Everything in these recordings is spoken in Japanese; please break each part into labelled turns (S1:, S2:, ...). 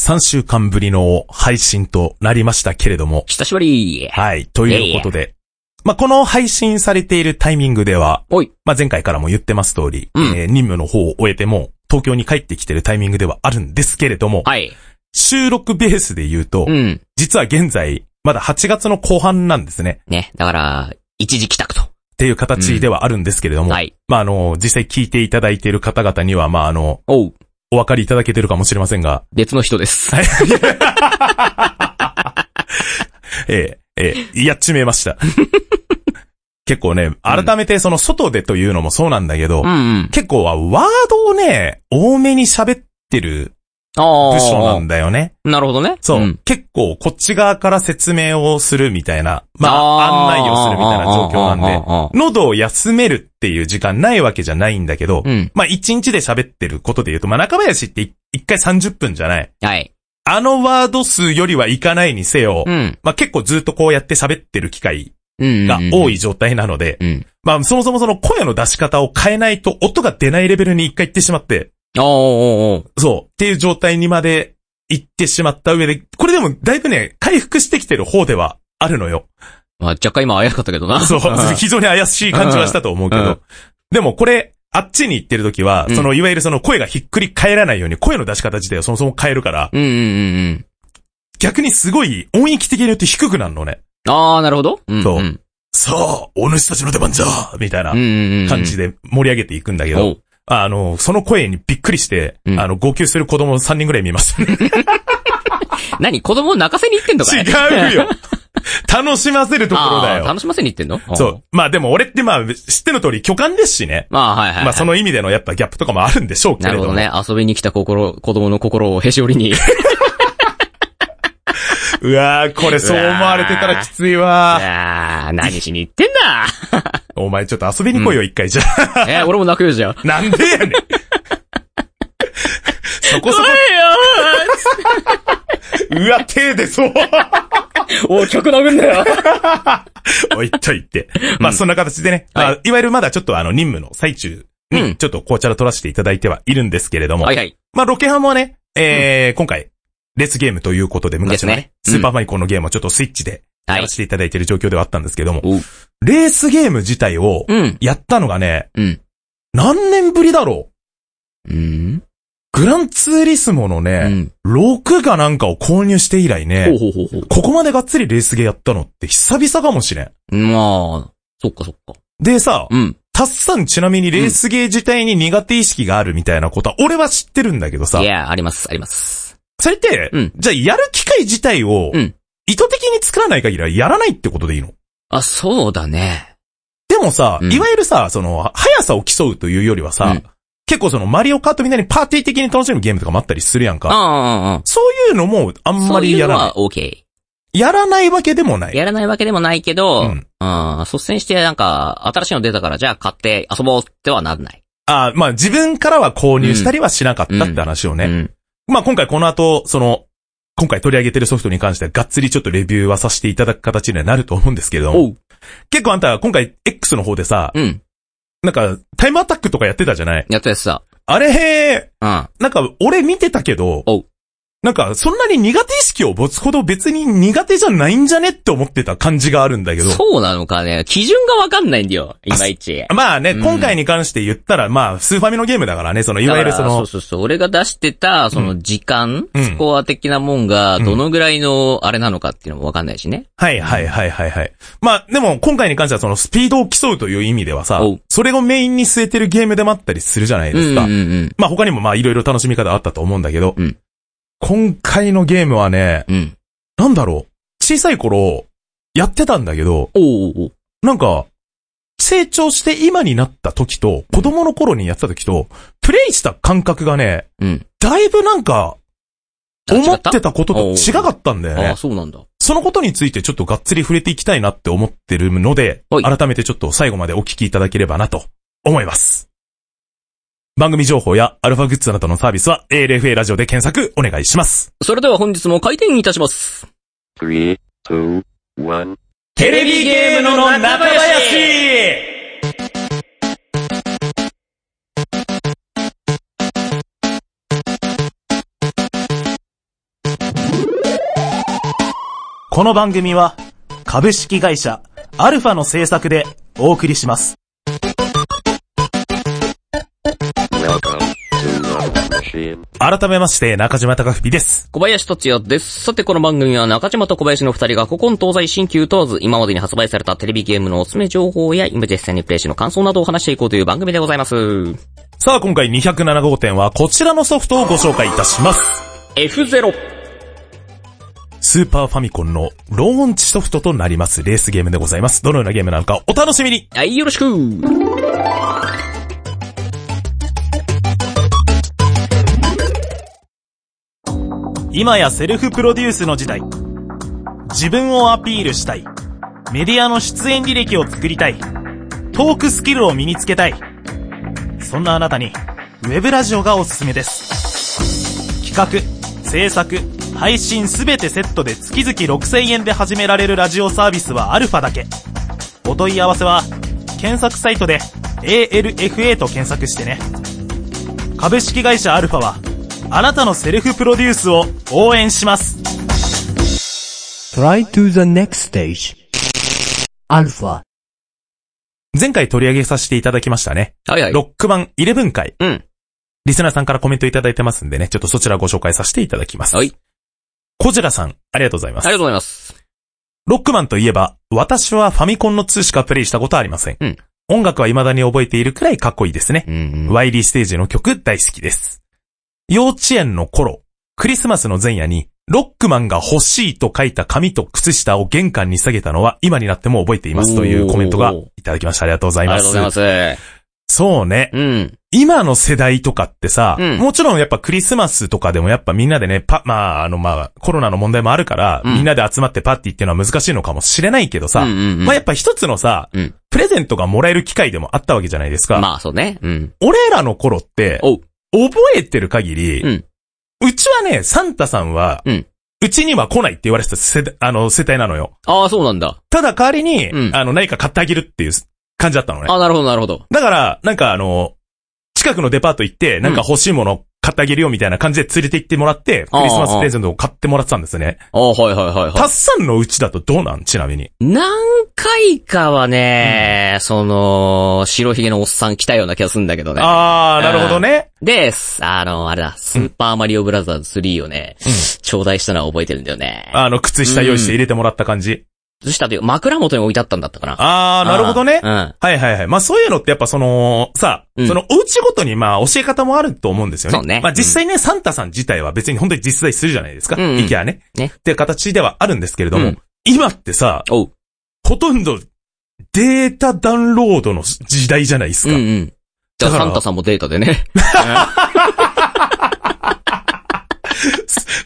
S1: 3週間ぶりの配信となりましたけれども。
S2: 久しぶり
S1: はい。ということで。まあ、この配信されているタイミングでは、
S2: おい。
S1: まあ、前回からも言ってます通り、
S2: うん
S1: えー任務の方を終えても、東京に帰ってきてるタイミングではあるんですけれども、
S2: はい。
S1: 収録ベースで言うと、
S2: うん。
S1: 実は現在、まだ8月の後半なんですね。
S2: ね。だから、一時帰宅と。
S1: っていう形ではあるんですけれども、
S2: はい。
S1: まあ、あの、実際聞いていただいている方々には、まあ、あの、
S2: おう。
S1: お分かりいただけてるかもしれませんが、
S2: 別の人です。はい。
S1: ええ、ええ、やっちめま した。結構ね、改めてその外でというのもそうなんだけど、
S2: うんうん。
S1: 結構はワードをね、多めに喋ってる
S2: ああ。
S1: 部署なんだよね。
S2: なるほどね。
S1: そう、
S2: ん
S1: 結構こっち側から説明をするみたいな、ま
S2: あ
S1: あ、
S2: ー
S1: 案内をするみたいな状況
S2: あーあー
S1: な
S2: あー
S1: ん
S2: あ
S1: で、喉を休めるっていう時間ないわけじゃないんだけど、
S2: うん。
S1: まあ一日で喋ってることで言うと、まあ中林ってい一回30分じゃない。
S2: はい。
S1: あのワード数よりはいかないにせよ、
S2: うん。
S1: まあ結構ずっとこうやって喋ってる機会
S2: うん。
S1: が多い。状態なので、
S2: うん。
S1: まあそもそもその声の出し方を変えないと音が出ないレベルに一回行ってしまって、
S2: おーおーおー
S1: そう、っていう状態にまで行ってしまった上で、これでもだいぶね、回復してきてる方ではあるのよ。
S2: まあ、若干今怪しかったけどな。
S1: そう
S2: ん、
S1: 非常に怪しい感じはしたと思うけ
S2: う
S1: ど
S2: ん。
S1: でもこれ、あっちに行ってる時は
S2: う、ん
S1: その、いわゆるその声がひっくり返らないように声の出し方自体をそもそも変えるから、
S2: うんうんうんうん。
S1: 逆にすごい音域的によって低くなるのね。
S2: ああ、なるほど。ん
S1: そうん
S2: うん
S1: さあ、お主たちの出番じゃみたいな
S2: うんうん。
S1: 感じで盛り上げていくんだけど、
S2: おう。
S1: あの、その声にびっくりして、
S2: うん
S1: あの、号泣する子供3人ぐらい見ます。 違
S2: 何子供を泣かせに行ってんのかいう
S1: よ楽しませるところだ
S2: あー
S1: よ。
S2: 楽しませに行ってんの
S1: そ。
S2: お
S1: う。まあでも俺ってまあ、知っての通り巨漢ですしね。
S2: まあ、はいはいはい。
S1: まあその意味でのやっぱギャップとかもあるんでしょうけ
S2: な
S1: れ
S2: る
S1: ど
S2: ほ
S1: も。
S2: どね。遊びに来た心、子供の心をへし折りに。
S1: うわーこれそう思われてたらきついわ
S2: ああ、何しに行ってんだ
S1: お前ちょっと遊びに来いよ、一回じゃあ。
S2: えー、俺も泣くよ、じゃあ。
S1: なんでやねん。そこそこ、うわ、手でそう。
S2: おい、曲殴んだよ。
S1: 置いとい て。まあ、そんな形でね、まあ、いわゆるまだちょっとあの、任務の最中
S2: う
S1: に、
S2: ん
S1: ちょっと紅茶を取らせていただいてはいるんですけれども、
S2: はいはい。
S1: まあ、ロケハンもね、えー今回、レスゲームということで、昔のね
S2: ですねうん
S1: スーパーマイコンのゲームをちょっとスイッチでや
S2: はい
S1: ら。せていただいている状況ではあったんですけども、
S2: おう。
S1: レースゲーム自体を
S2: うん。
S1: やったのがね、
S2: うん。
S1: 何年ぶりだろう
S2: うん。
S1: グランツーリスモの
S2: う
S1: ね、
S2: ん。
S1: 6がなんかを購入して以来
S2: ほう
S1: ね、
S2: ほうほうほう。
S1: ここまでがっつりレースゲーやったのって久々かもしれん。
S2: まあ、そっかそっか。
S1: でさ、
S2: うん。
S1: タッサンちなみにレースゲー自体に苦手意識があるみたいなことは、俺は知ってるんだけどさ
S2: い、や、あります、あります。
S1: それって、
S2: うん
S1: じゃあやる機会自体を
S2: うん、
S1: 意図的に作らない限りはやらないってことでいいの
S2: あ、そうだね。
S1: でもさ、
S2: うん
S1: いわゆるさ、その、速さを競うというよりはさ、
S2: うん
S1: 結構そのマリオカートみたいにパーティー的に楽しむゲームとかもあったりするやん
S2: ああ、
S1: か。
S2: ああ、
S1: そういうのもあ
S2: ああ。
S1: ん
S2: そ
S1: ま
S2: うい
S1: り
S2: う
S1: や
S2: の
S1: らない
S2: は。OK。
S1: やらないわけでもない。
S2: やらないわけでもないけど、
S1: う
S2: うん
S1: ん。
S2: 率先してなんか、新しいの出たから、じゃあ買って遊ぼうってはならない。
S1: あーまあ自分からは購入したりはしなかったって話をね。
S2: うん。
S1: まあ今回この後、その、今回取り上げてるソフトに関してはがっつりちょっとレビューはさせていただく形にはなると思うんですけれど
S2: お
S1: も、
S2: う。
S1: 結構あんた今回 X の方でさ、
S2: うん。
S1: なんかタイムアタックとかやってたじゃない
S2: やったやつさ。
S1: あれへ
S2: うん。
S1: ーなんか俺見てたけど
S2: おう、
S1: なんかそんなに苦手意識を持つほど別に苦手じゃないんじゃねって思ってた感じがあるんだけど、
S2: そうなのかね。基準がわかんないんだよ。いまいち。
S1: まあね、
S2: うん
S1: 今回に関して言ったらまあスーファミのゲームだからね、そのいわゆるそ
S2: だからそ
S1: の
S2: う、そうそう。俺が出してた、その時間、
S1: うん
S2: スコア的なもんが、
S1: うん
S2: どのぐらいの、あれなのかっていうのもわかんないしね。
S1: はいはいはいはいはい。まあ、でも今回に関してはそのスピードを競うという意味ではさ
S2: おう、
S1: それをメインに据えてるゲームでもあったりするじゃないですか。
S2: うんうん
S1: まあ他にもまあいろいろ楽しみ方あったと思うんだけど、
S2: うん
S1: 今回のゲームはね、
S2: うん。うん。
S1: なんだろう、小さい頃、やってたんだけど、
S2: おうおうおう
S1: なんか、成長して今になった時と、子供の頃にやってた時と、プレイした感覚がね、
S2: うん。
S1: だいぶなんか、
S2: あ
S1: 思
S2: 違
S1: っ
S2: った
S1: てたことと違かったんだよね
S2: ああ、。そうなんだ。
S1: そのことについてちょっとがっつり触れていきたいなって思ってるので、
S2: はい
S1: 改めてちょっと最後までお聞きいただければなと思います。番組情報やアルファグッズなどのサービスは ALFA ラジオで検索お願いします。
S2: それでは本日も開店いたします。
S3: Three, two, one.
S1: テ
S2: レビゲームの中林
S1: この番組は、株式会社、アルファの制作でお送りします。
S3: Welcome to Love Machine.
S1: 改めまして、中島貴文です。
S2: 小林達也です。さて、この番組は中島と小林の二人が古今東西新旧問わず、今までに発売されたテレビゲームのおすすめ情報や、今実際にプレイしの感想などを話していこうという番組でございます。
S1: さあ、今回207号店はこちらのソフトをご紹介いたします。
S2: F0。
S1: スーパーファミコンのローンチソフトとなりますレースゲームでございます。どのようなゲームなのかお楽しみに
S2: はい、よろしく
S1: 今やセルフプロデュースの時代。自分をアピールしたい。メディアの出演履歴を作りたい。トークスキルを身につけたい。そんなあなたに、ウェブラジオがおすすめです。企画、制作、配信すべてセットで月々6000円で始められるラジオサービスはアルファだけ。お問い合わせは、検索サイトで ALFA と検索してね。株式会社アルファは、あなたのセルフプロデュースを応援します。
S4: Try to the next stage. Alpha.
S1: 前回取り上げさせていただきましたね。
S2: はいはい。
S1: ロック版11回。
S2: うん。
S1: リスナーさんからコメントいただいてますんでね、ちょっとそちらご紹介させていただきます。
S2: はい。
S1: コジラさん、ありがとうござい
S2: あ
S1: ま
S2: り
S1: す。
S2: がとうございます。
S1: ロックマンといえば、私はファミコンの2しかプレイしたことはありません。
S2: うん
S1: 音楽は未だに覚えているくらいかっこいいですね。
S2: うん
S1: ワイリーステージの曲大好きです。幼稚園の頃、クリスマスの前夜に、ロックマンが欲しいと書いた紙と靴下を玄関に下げたのは今になっても覚えていますというコメントがいただきました。ありがとうござ
S2: あ
S1: い
S2: り
S1: ま
S2: が
S1: す。
S2: とうございます。
S1: そうね。
S2: うん。
S1: 今の世代とかってさ、
S2: うん
S1: もちろんやっぱクリスマスとかでもやっぱみんなでね、パ、まあ、あのまあ、コロナの問題もあるから、
S2: うん
S1: みんなで集まってパーティーっていうのは難しいのかもしれないけどさ、
S2: うんうんうん
S1: まあやっぱ一つのさ、
S2: うん
S1: プレゼントがもらえる機会でもあったわけじゃないですか。
S2: まあ、そうね。うん。
S1: 俺らの頃って、
S2: おう。
S1: 覚えてる限り、
S2: うん
S1: うちはね、サンタさんは、
S2: うん
S1: ちには来ないって言われてた世代あの世帯なのよ。
S2: ああ、そうなんだ。
S1: ただ代わりに、
S2: うん
S1: あの何か買ってあげるっていう感じだったのね。
S2: あなるほど、なるほど。
S1: だから、なんかあの、近くのデパート行って、なんか欲しいもの買ってあげるよみたいな感じで連れて行ってもらって、ク
S2: ああ
S1: リスマスプレゼントを買ってもらってたんですね。
S2: ああ、はいはいはい
S1: タッ
S2: は
S1: サンのうちだとどうなんちなみに。
S2: い。何回かはね、その、白ひげのおっさん来たような気がするんだけどね。
S1: あー、なるほどね。
S2: で、すあの、あれだ、スーパーマリオブラザーズ3をね、頂戴したのは覚えてるんだよね。
S1: あの、靴下用意して入れてもらった感じ。
S2: そしたらという、枕元に置いてあったんだったかな。
S1: あー、なるほどね
S2: う。ん。
S1: はいはいはい。まあそういうのってやっぱその、さ、
S2: うん
S1: そのお家ごとにまあ教え方もあると思うんですよね。
S2: そうね
S1: まあ実際ね、サンタさん自体は別に本当に実在するじゃないですか。
S2: うんうん
S1: 行きゃね。
S2: ね
S1: っていう形ではあるんですけれども、
S2: うん
S1: 今ってさ、
S2: おう。
S1: ほとんどデータダウンロードの時代じゃないです
S2: うん
S1: か。
S2: うん。じゃ
S1: だ
S2: あ、
S1: か
S2: サ
S1: ら
S2: ンタさんもデータでね。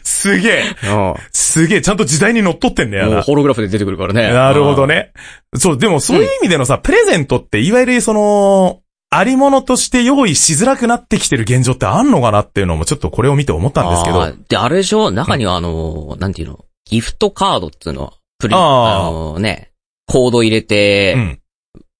S1: すげえ、
S2: も
S1: すげえ、ちゃんと時代に乗っ取ってんだよ
S2: う
S1: な。
S2: ホログラフで出てくるからね。
S1: なるほど
S2: ね。
S1: ね。そう、でもそういう意味でのさ、プレゼントっていわゆるその、ありものとして用意しづらくなってきてる現状ってあんのかなっていうのもちょっとこれを見て思ったんですけ
S2: あ
S1: ど。
S2: ーで、あれでしょ中にはあのー、なんていうのギフトカードっていうのは、プリ
S1: あ
S2: あ
S1: ー
S2: のーね、コード入れて、
S1: うん。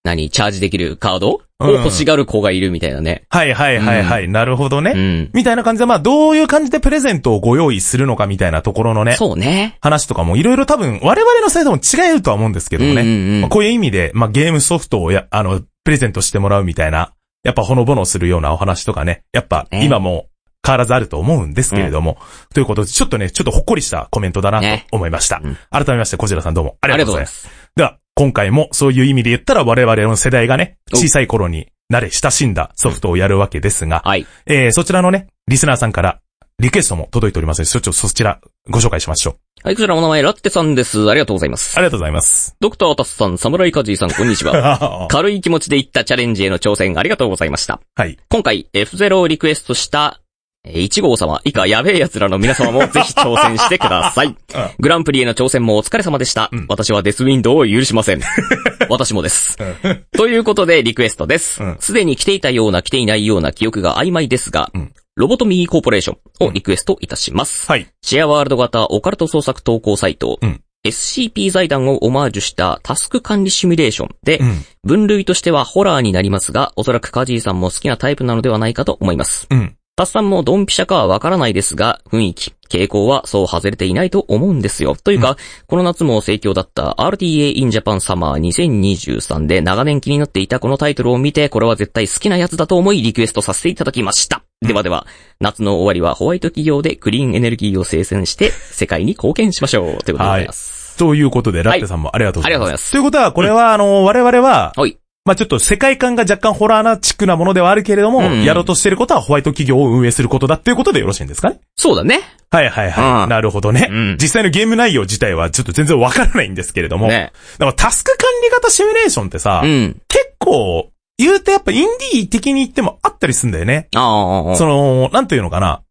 S2: 何、チャージできるカードを
S1: うん
S2: 欲しがる子がいるみたいなね。
S1: はいはいはいはい。なるほどね。
S2: うん。
S1: みたいな感じで、まあどういう感じでプレゼントをご用意するのかみたいなところのね、
S2: そうね。
S1: 話とかもいろいろ多分我々の世代も違えるとは思うんですけどもね。
S2: うんうんうん
S1: まあこういう意味で、まあ、ゲームソフトをや、あの、プレゼントしてもらうみたいな、やっぱほのぼのするようなお話とかね、やっぱ
S2: ね
S1: 今も変わらずあると思うんですけれども、ということで、ちょっとね、ちょっとほっこりしたコメントだなと
S2: ね
S1: 思いました。
S2: うん
S1: 改めまして、こちらさんどうもあ
S2: あ
S1: りが
S2: り
S1: と
S2: が
S1: うご
S2: とう
S1: ざい
S2: ござい
S1: ま。
S2: ますす。
S1: では、今回もそういう意味で言ったら我々の世代がね、
S2: お
S1: 小さい頃に慣れ親しんだソフトをやるわけですが、
S2: はい。
S1: えー、そちらのね、リスナーさんからリクエストも届いておりますので、そちょそちらご紹介しましょう。
S2: はい、こちらお名前、ラッテさんです。ありがとうございます。
S1: ありがとうござい ます。
S2: ドクタータスさん、サムライカジーさん、こんに ちは。
S1: は
S2: 軽い気持ちでいったチャレンジへの挑戦ありがとうございました。
S1: い。
S2: 今回 F0 をリクエストした、えー1号様以下やべえ奴らの皆様 もぜひ挑戦してください。グランプリへの挑戦もお疲れ様でした。
S1: うん
S2: 私はデスウィンドウを許しませ ん。私もです。ということでリクエストです
S1: うん。
S2: すで、に来ていたような来ていないような記憶が曖昧ですが、
S1: うん
S2: ロボトミーコーポレーションをリクエストいたします。
S1: はい。
S2: シェアワールド型オカルト創作投稿サイト、
S1: うん
S2: SCP 財団をオマージュしたタスク管理シミュレーションで、
S1: うん。
S2: 分類としてはホラーになりますが、おそらくカジーさんも好きなタイプなのではないかと思います。
S1: うん。
S2: タスさんもドンピシャかはわからないですが、雰囲気、傾向はそう外れていないと思うんですよ。というか、この夏も盛況だった RTA in Japan Summer 2023で長年気になっていたこのタイトルを見て、これは絶対好きなやつだと思いリクエストさせていただきました。ではでは、夏の終わりはホワイト企業でクリーンエネルギーを生産して、世界に貢献しましょう。ということでございます。
S1: ということで、ラッテさんもありがとうございます。
S2: ありがとうございます
S1: ということは、これは、あの、我々は、
S2: はい。
S1: まあちょっと世界観が若干ホラーなチックなものではあるけれども、
S2: うんうん
S1: やろうとしてることはホワイト企業を運営することだっていうことでよろしいんですかね
S2: そうだね。
S1: はいはいはい。
S2: うん
S1: なるほどね、
S2: うん
S1: 実際のゲーム内容自体はちょっと全然わからないんですけれども、
S2: ね。
S1: だからタスク管理型シミュレーションってさ、
S2: うん。
S1: 結構、言うとやっぱインディー的に言ってもあったりすんだよね。
S2: ああああ。
S1: その、なんていうのかな。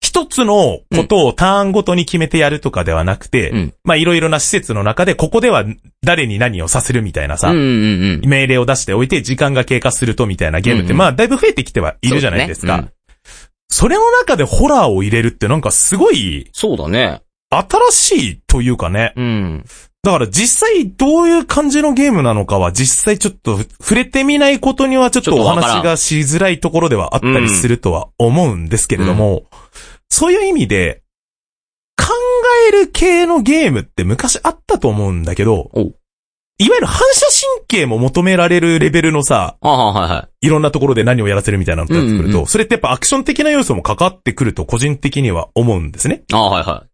S1: 一つのことをターンごとに決めてやるとかではなくて、
S2: うん
S1: まあいろいろな施設の中でここでは誰に何をさせるみたいなさ、
S2: うんうんうん。
S1: 命令を出しておいて時間が経過するとみたいなゲームって、
S2: うんうん
S1: まあだいぶ増えてきてはいるじゃないですか。そ
S2: そうだねうん
S1: れの中でホラーを入れるってなんかすごい
S2: そうだね。
S1: 新しいというかね。
S2: うん。
S1: だから実際どういう感じのゲームなのかは実際ちょっと触れてみないことにはちょっ
S2: ちょ
S1: と
S2: っと
S1: お
S2: わからん
S1: 話がしづらいところではあったりするとは思うんですけれども、そういう意味で考える系のゲームって昔あったと思うんだけど
S2: おう、
S1: いわゆる反射神経も求められるレベルのさ、
S2: ああ、はいはい。
S1: いろんなところで何をやらせるみたいなのってなってくると、
S2: うんうんう
S1: それってやっぱアクション的な要素も関わってくると個人的には思うんですね。
S2: ああ、はいは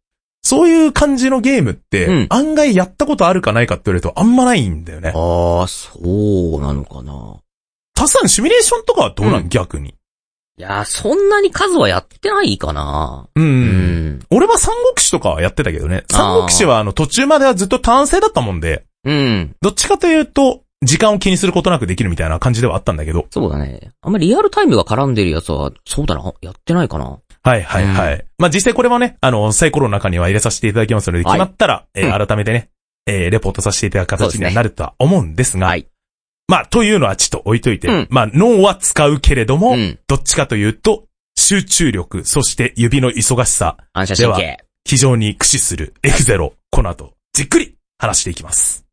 S1: そういう感じのゲームって、
S2: うん
S1: 案外やったことあるかないかって言われるとあんまないんだよね
S2: い。。ああ、そうなのかな。
S1: たさんシミュレーションとかはどうなん、
S2: うん
S1: 逆に。
S2: いやー、そんなに数はやってないかな。
S1: うん。
S2: うん。
S1: 俺は三国志とかはやってたけどね。
S2: あー
S1: 三国志はあの途中まではずっと単性だったもんで、
S2: うん。
S1: どっちかというと、時間を気にすることなくできるみたいな感じではあったんだけど。
S2: そうだね。あんまりリアルタイムが絡んでるやつは、そうだな、やってないかな。
S1: はいはいはい。まあ、実際これはね、あの、サイコロの中には入れさせていただきますので、
S2: はい
S1: 決まったら、えー
S2: う
S1: 改めてね、えーレポートさせていただく形には
S2: そうですね
S1: なるとは思うんですが、
S2: はい
S1: まあ、というのはちょっと置いといて、
S2: うん
S1: まあ、脳は使うけれども、
S2: うん。
S1: どっちかというと、集中力、そして指の忙しさ、
S2: 反射神経。
S1: 非常に駆使する F0、この後、じっくり話していきます。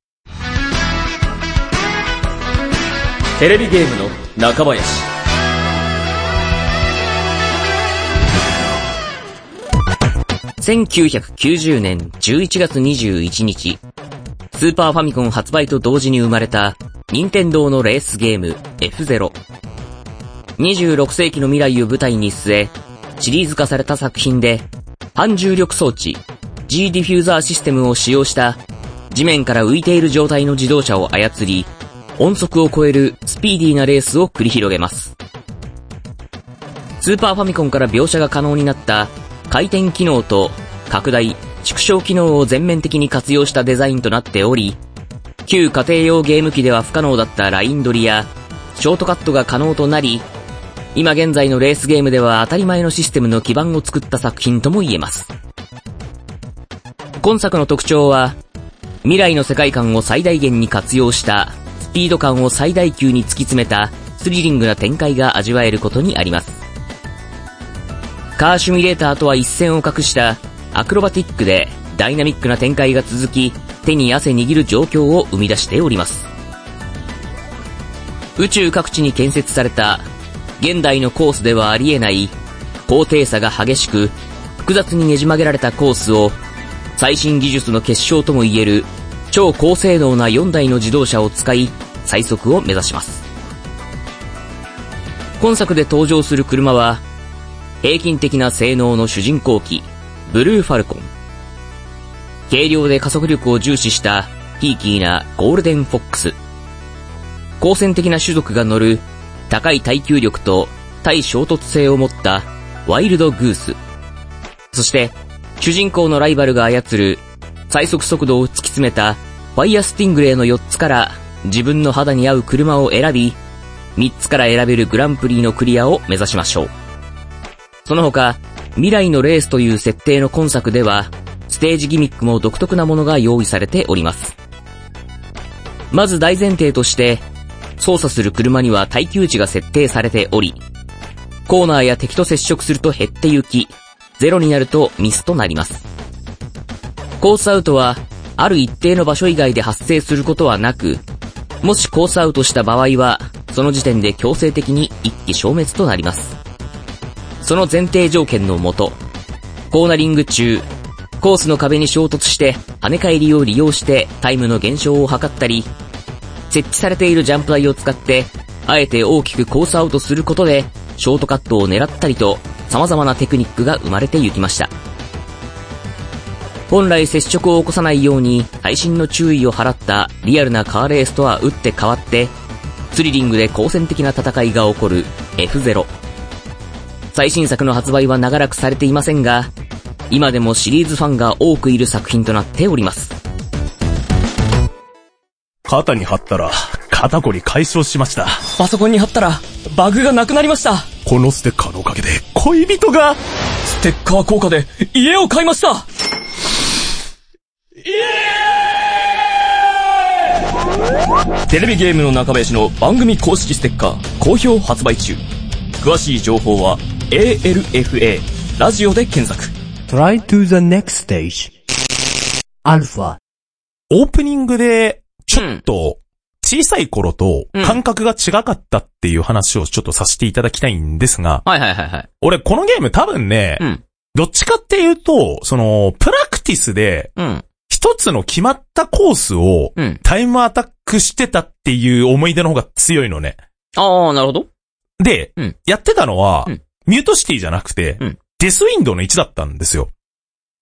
S2: テレビゲームの中林。1990年11月21日、スーパーファミコン発売と同時に生まれた、任天堂のレースゲーム F0。26世紀の未来を舞台に据え、シリーズ化された作品で、反重力装置、G ディフューザーシステムを使用した、地面から浮いている状態の自動車を操り、音速を超えるスピーディーなレースを繰り広げます。スーパーファミコンから描写が可能になった回転機能と拡大、縮小機能を全面的に活用したデザインとなっており、旧家庭用ゲーム機では不可能だったライン取りやショートカットが可能となり、今現在のレースゲームでは当たり前のシステムの基盤を作った作品とも言えます。今作の特徴は、未来の世界観を最大限に活用した、スピード感を最大級に突き詰めた、スリリングな展開が味わえることにあります。カーシュミレーターとは一線を画した、アクロバティックでダイナミックな展開が続き、手に汗握る状況を生み出しております。宇宙各地に建設された、現代のコースではありえない、高低差が激しく、複雑にねじ曲げられたコースを、最新技術の結晶ともいえる超高性能な4台の自動車を使い最速を目指します今作で登場する車は平均的な性能の主人公機ブルーファルコン軽量で加速力を重視したヒーキーなゴールデンフォックス好戦的な種族が乗る高い耐久力と対衝突性を持ったワイルドグースそして、主人公のライバルが操る、最速速度を突き詰めた、ファイアスティングレーの4つから、自分の肌に合う車を選び、3つから選べるグランプリのクリアを目指しましょう。その他、未来のレースという設定の今作では、ステージギミックも独特なものが用意されております。まず大前提として、操作する車には耐久値が設定されており、コーナーや敵と接触すると減ってゆき、ゼロになるとミスとなります。コースアウトは、ある一定の場所以外で発生することはなく、もしコースアウトした場合は、その時点で強制的に一気消滅となります。その前提条件のもと、コーナリング中、コースの壁に衝突して跳ね返りを利用してタイムの減少を図ったり、設置されているジャンプ台を使って、あえて大きくコースアウトすることで、ショートカットを狙ったりと、様々なテクニックが生まれてゆきました。本来接触を起こさないように細心の注意を払ったリアルなカーレースとは打って変わって、スリリングで好戦的な戦いが起こる F0。最新作の発売は長らくされていませんが、今でもシリーズファンが多くいる作品となっております。
S1: 肩に貼ったら、肩こり解消しました。
S5: パソコンに貼ったら、バグがなくなりました。
S1: このステッカーのおかげで、恋人が、
S5: ステッカー効果で、家を買いましたテレビゲームの中林の番組公式ステッカー、好評発売中。詳しい情報は、ALFA、ラジオで検索。
S4: Try to the next stage. Alpha.
S1: オープニングで、ちょっと、小さい頃と
S2: うん
S1: 感覚が違かったっていう話をちょっとさせていただきたいんですが、
S2: はいはいはいはい。
S1: 俺このゲーム多分ね、
S2: うん。
S1: どっちかっていうと、その、プラクティスで、
S2: うん。
S1: 一つの決まったコースを、
S2: うん。
S1: タイムアタックしてたっていう思い出の方が強いのね。
S2: ああ、なるほど。
S1: で、
S2: うん
S1: やってたのは、
S2: うん
S1: ミュートシティじゃなくて、
S2: うん
S1: デスウィンドウの1だったんですよ。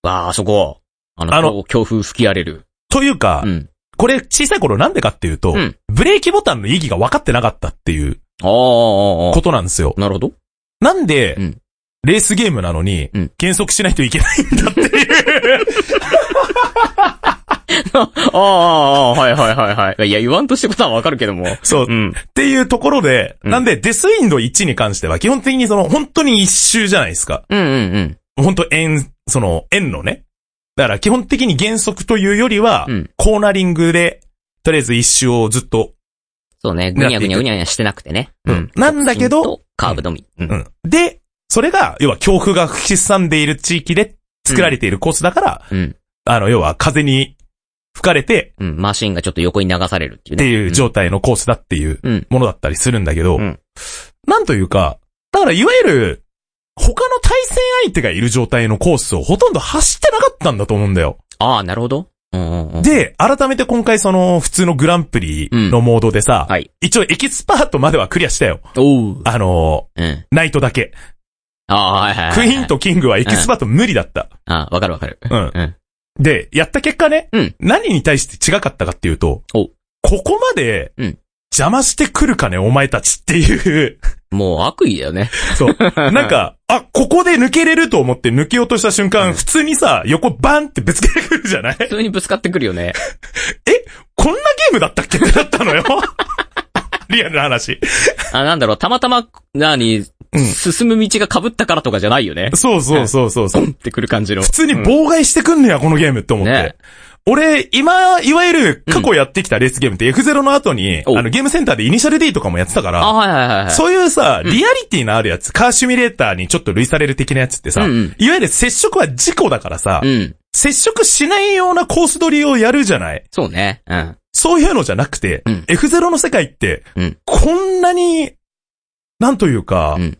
S2: わあ、そこ。あの、
S1: あの
S2: 強強風吹き荒れる。
S1: というか、
S2: うん。
S1: これ小さい頃なんでかっていうと、
S2: うん
S1: ブレーキボタンの意義が分かってなかったっていう
S2: ああああ、あ
S1: ことなんですよ。
S2: あなるほど。
S1: なんで、
S2: うん
S1: レースゲームなのに、
S2: うん
S1: 減速しないといけないんだって いう。
S2: ああ、ああはいはいはい はい。いや、言わんとしてことはわかるけども。
S1: そう、
S2: う
S1: っ
S2: ん。
S1: ていうところで、
S2: うん
S1: なんでデスウィンドウ1に関しては基本的にその本当に一周じゃないですか。
S2: うんうんうん。
S1: 本当円、その円のね。だから基本的に減速というよりは、
S2: うん
S1: コーナリングで、とりあえず一周をずっと、
S2: そうね。ぐにゃぐにゃぐにゃぐにゃしてなくてね。
S1: うんなんだけど
S2: 直進とカーブのみ。うん
S1: うん。で、それが、要は強風が吹き散んでいる地域で作られているコースだから、
S2: うん。
S1: あの、要は風に吹かれて
S2: うん。マシンがちょっと横に流されるっていう
S1: って
S2: ね。
S1: いう状態のコースだっていう
S2: うん。
S1: ものだったりするんだけど、
S2: うん
S1: なんというか、だからいわゆる、他の対戦相手がいる状態のコースをほとんど走ってなかったんだと思うんだよ。
S2: ああ、なるほど。うんうんうん。
S1: で、改めて今回その普通のグランプリのモードでさ、
S2: うんはい
S1: 一応エキスパートまではクリアしたよ。
S2: おう。
S1: あの
S2: うん。
S1: ーナイトだけ。
S2: ああ、はいはいはい。
S1: クイーン。とキングはエキスパート無理だった。
S2: ああ、わかるわかる。
S1: うん。
S2: うん。
S1: で、やった結果ね、
S2: うん
S1: 何に対して違かったかっていうと、
S2: お
S1: ここまで
S2: うん
S1: 邪魔してくるかね、お前たちっていう。
S2: もう悪意だよね。
S1: そう。なんか、あ、ここで抜けれると思って抜けようとした瞬間、普通にさ、横バンってぶつけてくるじゃ ない
S2: 普通にぶつかってくるよね。
S1: こんなゲームだったっけってなったの よ。リアルな話。
S2: あ、なんだろう、たまたま、なに、
S1: うん
S2: 進む道が被ったからとかじゃないよね。
S1: そうそうそうそうそう。
S2: ってくる感じの。
S1: 普通に妨害してくんねや、このゲームって思って。
S2: ね
S1: 俺、今、いわゆる過去やってきたレースゲームって F0 の後に、
S2: お
S1: あのゲームセンターでイニシャル D とかもやってたか
S2: あ、
S1: ら、
S2: はいはいはいはい。
S1: そういうさ、リアリティのあるやつ、カーシミュレーターにちょっと類される的なやつってさ、
S2: うんうん
S1: いわゆる接触は事故だからさ、
S2: うん。
S1: 接触しないようなコース取りをやるじゃない
S2: そうね。うん。
S1: そういうのじゃなくて、
S2: うん
S1: F0 の世界って、
S2: うん
S1: こんなに、なんというか、
S2: うん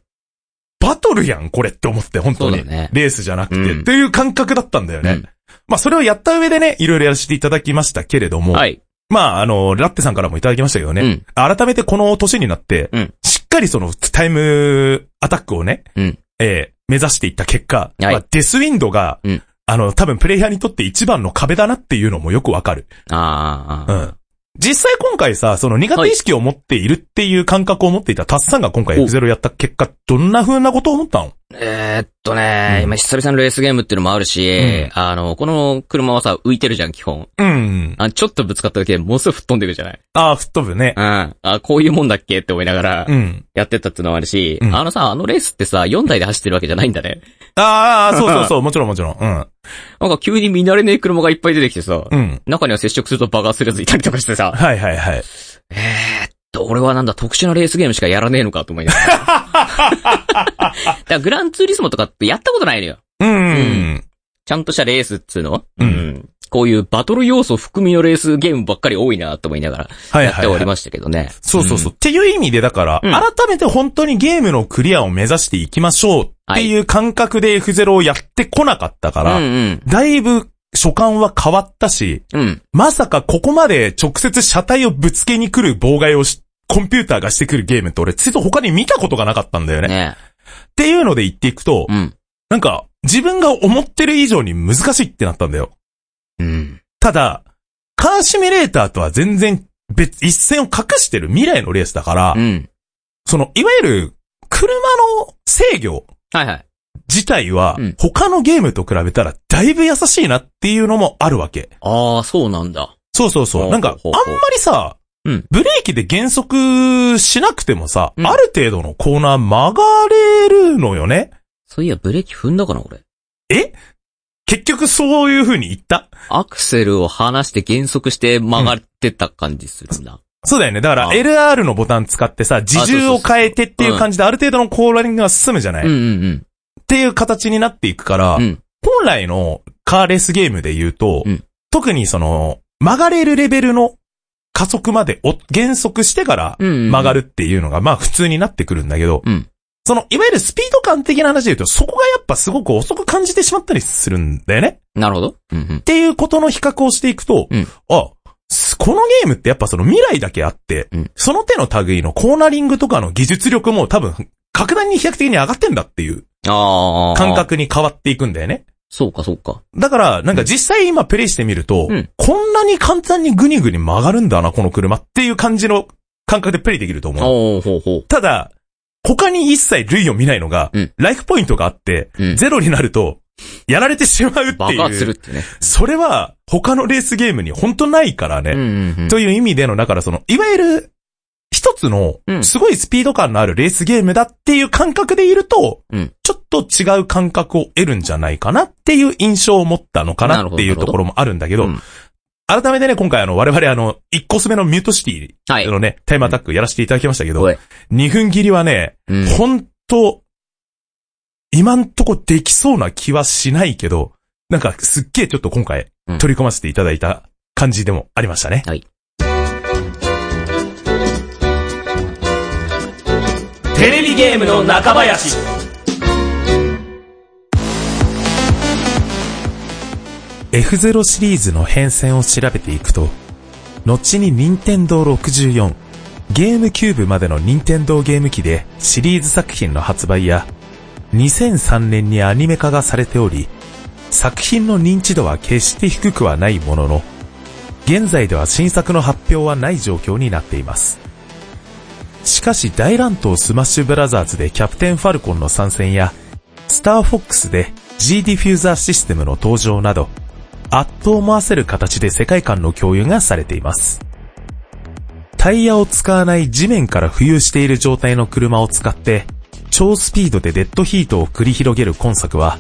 S1: バトルやん、これって思って、本当
S2: そ
S1: に。
S2: うだね
S1: レースじゃなくて、
S2: うん
S1: っていう感覚だったんだよね。
S2: うん
S1: まあ、それをやった上でね、いろいろやらせていただきましたけれども、
S2: はい。
S1: まあ、あの、ラッテさんからもいただきましたけどね、
S2: うん
S1: 改めてこの年になって、
S2: うん
S1: しっかりそのタイムアタックをね、
S2: うん
S1: えー目指していった結果、
S2: はい
S1: まあ、デスウィンドが、
S2: うん
S1: あの、多分プレイヤーにとって一番の壁だなっていうのもよくわかる。
S2: あー
S1: う
S2: あ
S1: ん。実際今回さ、その苦手意識を持っているっていう感覚を持っていたタッさんが今回
S2: お
S1: F0 やった結果、どんな風なことを思ったの
S2: ー。えーっとね
S1: う、ん
S2: 今久々のレースゲームっていうのもあるし
S1: ん、
S2: あの、この車はさ、浮いてるじゃん、基本。
S1: うん。
S2: あ、ちょっとぶつかっただけでもうすぐ吹っ飛んでくるじゃない
S1: ああ、吹っ飛ぶね
S2: う。ん。あ、こういうもんだっけって思いながら
S1: う、ん。
S2: やってったっていうのもあるし、
S1: うん
S2: あのさ、あのレースってさ、4台で走ってるわけじゃないんだね。
S1: あーあー、そうそうそう、もちろんもちろん。うん。
S2: なんか急に見慣れねえ車がいっぱい出てきてさ、
S1: うん。
S2: 中には接触すると爆発するやついたりとかしてさ、
S1: はいはいはい。
S2: えーっと、俺はなんだ特殊なレースゲームしかやらねえのかと思いながら。だ からグランツーリスモとかってやったことないのよ。
S1: うん。
S2: ちゃんとしたレースっつうの
S1: うん
S2: こういうバトル要素含みのレースゲームばっかり多いなと思いながら、
S1: はいはいはい
S2: やっておりましたけどね。
S1: そうそうそう。っていう意味でだから、
S2: うん
S1: 改めて本当にゲームのクリアを目指していきましょうっていう感覚で F0 をやってこなかったから、
S2: うんうん。
S1: だいぶ所感は変わったし、
S2: うん。
S1: まさかここまで直接車体をぶつけに来る妨害をし、コンピューターがしてくるゲームって俺、ついと他に見たことがなかったんだよね。
S2: ね
S1: っていうので言っていくと、
S2: うん。
S1: なんか、自分が思ってる以上に難しいってなったんだよ。
S2: うん。
S1: ただ、カーシミュレーターとは全然別、一線を隠してる未来のレースだから、
S2: うん。
S1: その、いわゆる、車の制御
S2: はいはい。
S1: 自体は
S2: うん、
S1: 他のゲームと比べたらだいぶ優しいなっていうのもあるわけ。
S2: ああ、そうなんだ。
S1: そうそうそ
S2: ほ
S1: う。
S2: う
S1: なんか、
S2: ほ
S1: あ
S2: うんほう
S1: まりさ、
S2: うん
S1: ブレーキで減速しなくてもさ、
S2: うん
S1: ある程度のコーナー曲がれるのよね。
S2: そういや、ブレーキ踏んだかな、俺。
S1: え結局そういう風に言った
S2: アクセルを離して減速して曲がってた感じするな。
S1: そうだよね。だから
S2: あ
S1: LR のボタン使ってさ、自重を変えてっていう感じである程度のコーラリングが進むじゃない、
S2: うん
S1: っ
S2: うん
S1: ていう形になっていくから、
S2: うん。うん。
S1: 本来のカーレースゲームで言うと、
S2: うん
S1: 特にその、曲がれるレベルの加速までお減速してから
S2: うんうんうん
S1: 曲がるっていうのが、まあ普通になってくるんだけど、
S2: うん
S1: その、いわゆるスピード感的な話で言うと、そこがやっぱすごく遅く感じてしまったりするんだよね。
S2: なるほど。うんうん
S1: っ。ていうことの比較をしていくと、
S2: うん
S1: あ、すこのゲームってやっぱその未来だけあって、
S2: うん
S1: その手の類のコーナリングとかの技術力も多分、格段に飛躍的に上がってんだっていう
S2: ああ。
S1: 感。覚に変わっていくんだよね。
S2: そうか、そうか。
S1: だから、なんか実際今プレイしてみると、
S2: うん
S1: こんなに簡単にぐにぐに曲がるんだな、この車っていう感じの感覚でプレイできると思う。
S2: おおほうほう。
S1: ただ、他に一切類を見ないのが、
S2: うん
S1: ライフポイントがあって、
S2: うん
S1: ゼロになると、やられてしまうって
S2: 爆発
S1: い
S2: する
S1: う。
S2: ってね。
S1: それは、他のレースゲームに本当ないからね。
S2: うんうんうん。
S1: という意味での、だからその、いわゆる、一つの
S2: う、ん
S1: すごいスピード感のあるレースゲームだっていう感覚でいると、
S2: うん
S1: ちょっと違う感覚を得るんじゃないかなっていう印象を持ったのか
S2: な
S1: な
S2: るほ
S1: っ
S2: ど
S1: ていうところもあるんだけど、
S2: うん
S1: 改めてね、今回あの、我々あの、一個目のミュートシテ
S2: はい。
S1: ィのね、タイムアタックやらせていただきましたけど、
S2: おい
S1: 2分切りはね、
S2: うん。
S1: ほんと、今んとこできそうな気はしないけど、なんかすっげえちょっと今回
S2: うん
S1: 取り込ませていただいた感じでもありましたね。
S2: はい。
S1: テレビゲームの中林。F0 シリーズの変遷を調べていくと、後に任天堂64、ゲームキューブまでの任天堂ゲーム機でシリーズ作品の発売や、2003年にアニメ化がされており、作品の認知度は決して低くはないものの、現在では新作の発表はない状況になっています。しかし大乱闘スマッシュブラザーズでキャプテンファルコンの参戦や、スターフォックスで G ディフューザーシステムの登場など、あっと思わせる形で世界観の共有がされています。タイヤを使わない地面から浮遊している状態の車を使って、超スピードでデッドヒートを繰り広げる今作は、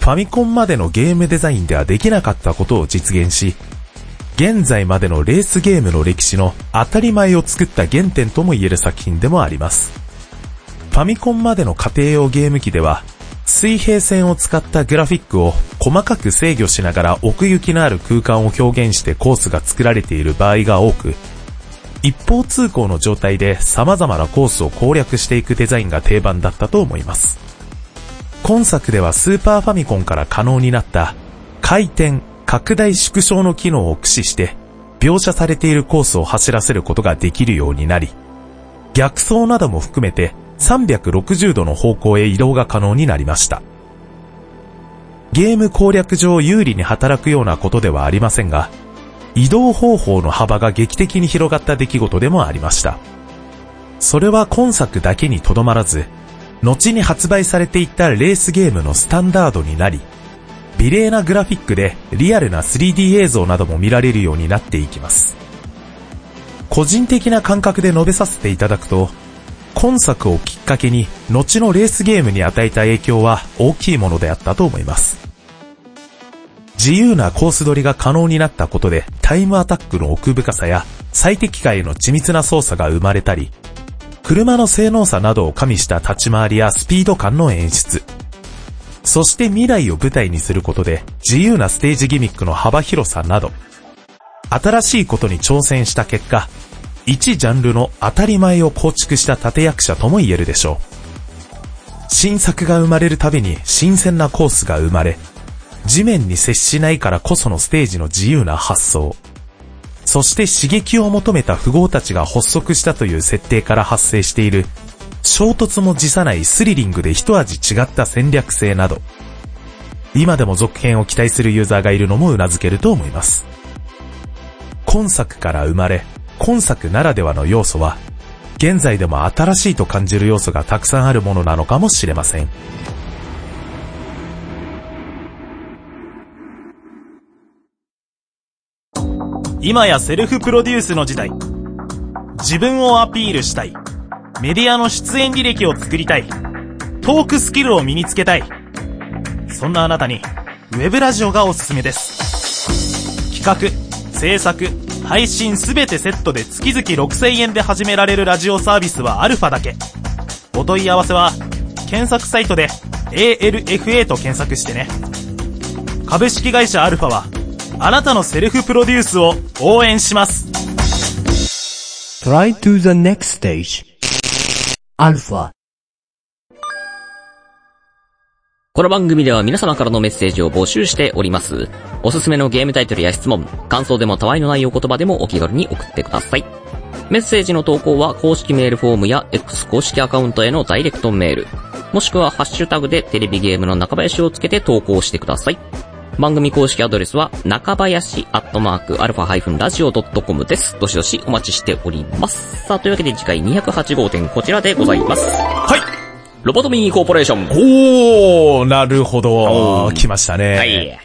S1: ファミコンまでのゲームデザインではできなかったことを実現し、現在までのレースゲームの歴史の当たり前を作った原点とも言える作品でもあります。ファミコンまでの家庭用ゲーム機では、水平線を使ったグラフィックを細かく制御しながら奥行きのある空間を表現してコースが作られている場合が多く、一方通行の状態で様々なコースを攻略していくデザインが定番だったと思います。今作ではスーパーファミコンから可能になった回転、拡大縮小の機能を駆使して描写されているコースを走らせることができるようになり、逆走なども含めて360度の方向へ移動が可能になりました。ゲーム攻略上有利に働くようなことではありませんが、移動方法の幅が劇的に広がった出来事でもありました。それは今作だけにとどまらず、後に発売されていったレースゲームのスタンダードになり、美麗なグラフィックでリアルな 3D 映像なども見られるようになっていきます。個人的な感覚で述べさせていただくと、今作をきっかけに後のレースゲームに与えた影響は大きいものであったと思います。自由なコース取りが可能になったことでタイムアタックの奥深さや最適解への緻密な操作が生まれたり、車の性能差などを加味した立ち回りやスピード感の演出、そして未来を舞台にすることで自由なステージギミックの幅広さなど、新しいことに挑戦した結果、一ジャンルの当たり前を構築した立役者とも言えるでしょう。新作が生まれるたびに新鮮なコースが生まれ、地面に接しないからこそのステージの自由な発想、そして刺激を求めた富豪たちが発足したという設定から発生している、衝突も辞さないスリリングで一味違った戦略性など、今でも続編を期待するユーザーがいるのも頷けると思います。今作から生まれ、今作ならではの要素は、現在でも新しいと感じる要素がたくさんあるものなのかもしれません。今やセルフプロデュースの時代。自分をアピールしたい。メディアの出演履歴を作りたい。トークスキルを身につけたい。そんなあなたに、ウェブラジオがおすすめです。企画、制作、配信すべてセットで月々6000円で始められるラジオサービスはアルファだけ。お問い合わせは、検索サイトで ALFA と検索してね。株式会社アルファは、あなたのセルフプロデュースを応援します。
S4: Try to the next stage. Alpha.
S2: この番組では皆様からのメッセージを募集しております。おすすめのゲームタイトルや質問、感想でもたわいのないお言葉でもお気軽に送ってください。メッセージの投稿は公式メールフォームや X 公式アカウントへのダイレクトメール、もしくはハッシュタグでテレビゲームの中林をつけて投稿してください。番組公式アドレスは、中林アットマークアルファラジオ .com です。どしどしお待ちしております。さあ、というわけで次回208号店こちらでございます。
S1: はい
S2: ロボトミーコーポレーション。
S1: おー、なるほ
S2: お
S1: ど。
S2: ー
S1: 来ましたね。
S2: はい。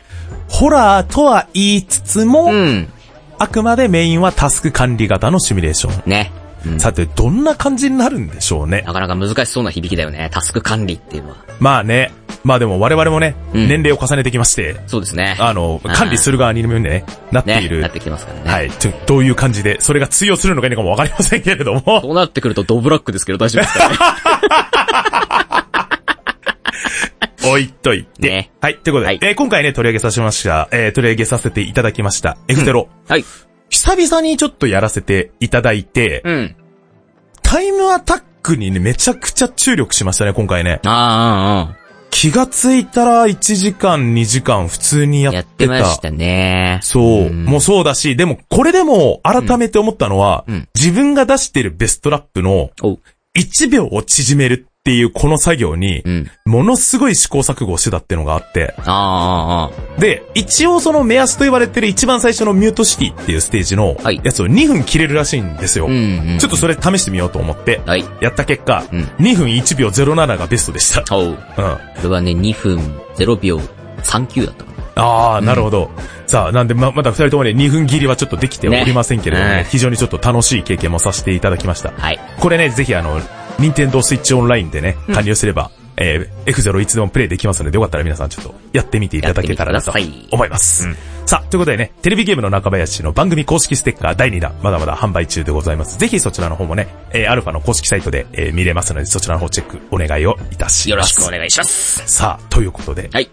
S1: ホラーとは言いつつも、
S2: うん。
S1: あくまでメインはタスク管理型のシミュレーション。
S2: ね。うん
S1: さて、どんな感じになるんでしょうね。
S2: なかなか難しそうな響きだよね。タスク管理っていうのは。
S1: まあね。まあでも我々もね、
S2: うん
S1: 年齢を重ねてきまして、
S2: そうですね。
S1: あの、
S2: あー
S1: 管理する側にね、なって
S2: ね、
S1: いる。
S2: なってきてますからね。
S1: はい。ちょどういう感じで、それが通用するのかいいのかもわかりませんけれども。
S2: そうなってくるとドブラックですけど大丈夫ですかね。
S1: 置いといて。
S2: ね
S1: はい。ということで、
S2: はい
S1: えー今回ね、取り上げさせました、えー取り上げさせていただきました、エフテロ。
S2: はい。
S1: 久々にちょっとやらせていただいて、
S2: うん。
S1: タイムアタックにね、めちゃくちゃ注力しましたね、今回ね。
S2: ああ、
S1: 気がついたら1時間、2時間普通に
S2: う
S1: や
S2: ん。や
S1: っ
S2: ってて
S1: た。
S2: ましたね。
S1: そう、
S2: うん
S1: もうそうだし、でもこれでも改めて思ったのは、
S2: うんうん
S1: 自分が出してるベストラップの
S2: おう。
S1: 1秒を縮めるっていうこの作業に
S2: う、ん。
S1: ものすごい試行錯誤をしてたっていうのがあって、
S2: ああ、あ
S1: で、一応その目安と言われてる一番最初のミュートシティっていうステージの
S2: はい
S1: やつを2分切れるらしいんですよ。
S2: あ。うん、うん。
S1: ちょっとそれ試してみようと思って、
S2: はい。
S1: やった結果、
S2: うん
S1: 2分1秒07がベストでした。
S2: おう。
S1: うん。
S2: これはね、2分0秒39だったかな。
S1: ああ、なるほど。さあ、なんでま、まだ二人ともね、2分切りはちょっとできておりませんけれどもね、
S2: ねうん
S1: 非常にちょっと楽しい経験もさせていただきました。
S2: はい。
S1: これね、ぜひあの、任天堂スイッチオンラインでね、加入すれば、えー F0 いつでもプレイできますので、よかったら皆さんちょっとやってみていただけたらなと
S2: やってみてください
S1: 思います。さあ、ということでね、テレビゲームの中林の番組公式ステッカー第2弾、まだまだ販売中でございます。ぜひそちらの方もね、えーアルファの公式サイトで、えー見れますので、そちらの方チェックお願いをいたします。
S2: よろしくお願いします。
S1: さあ、ということで、
S2: はい。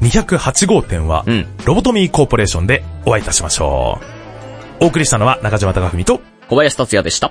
S1: 208号店は、
S2: うん
S1: ロボトミーコーポレーションでお会いいたしましょう。お送りしたのは中島貴文と、
S2: 小林達也でした。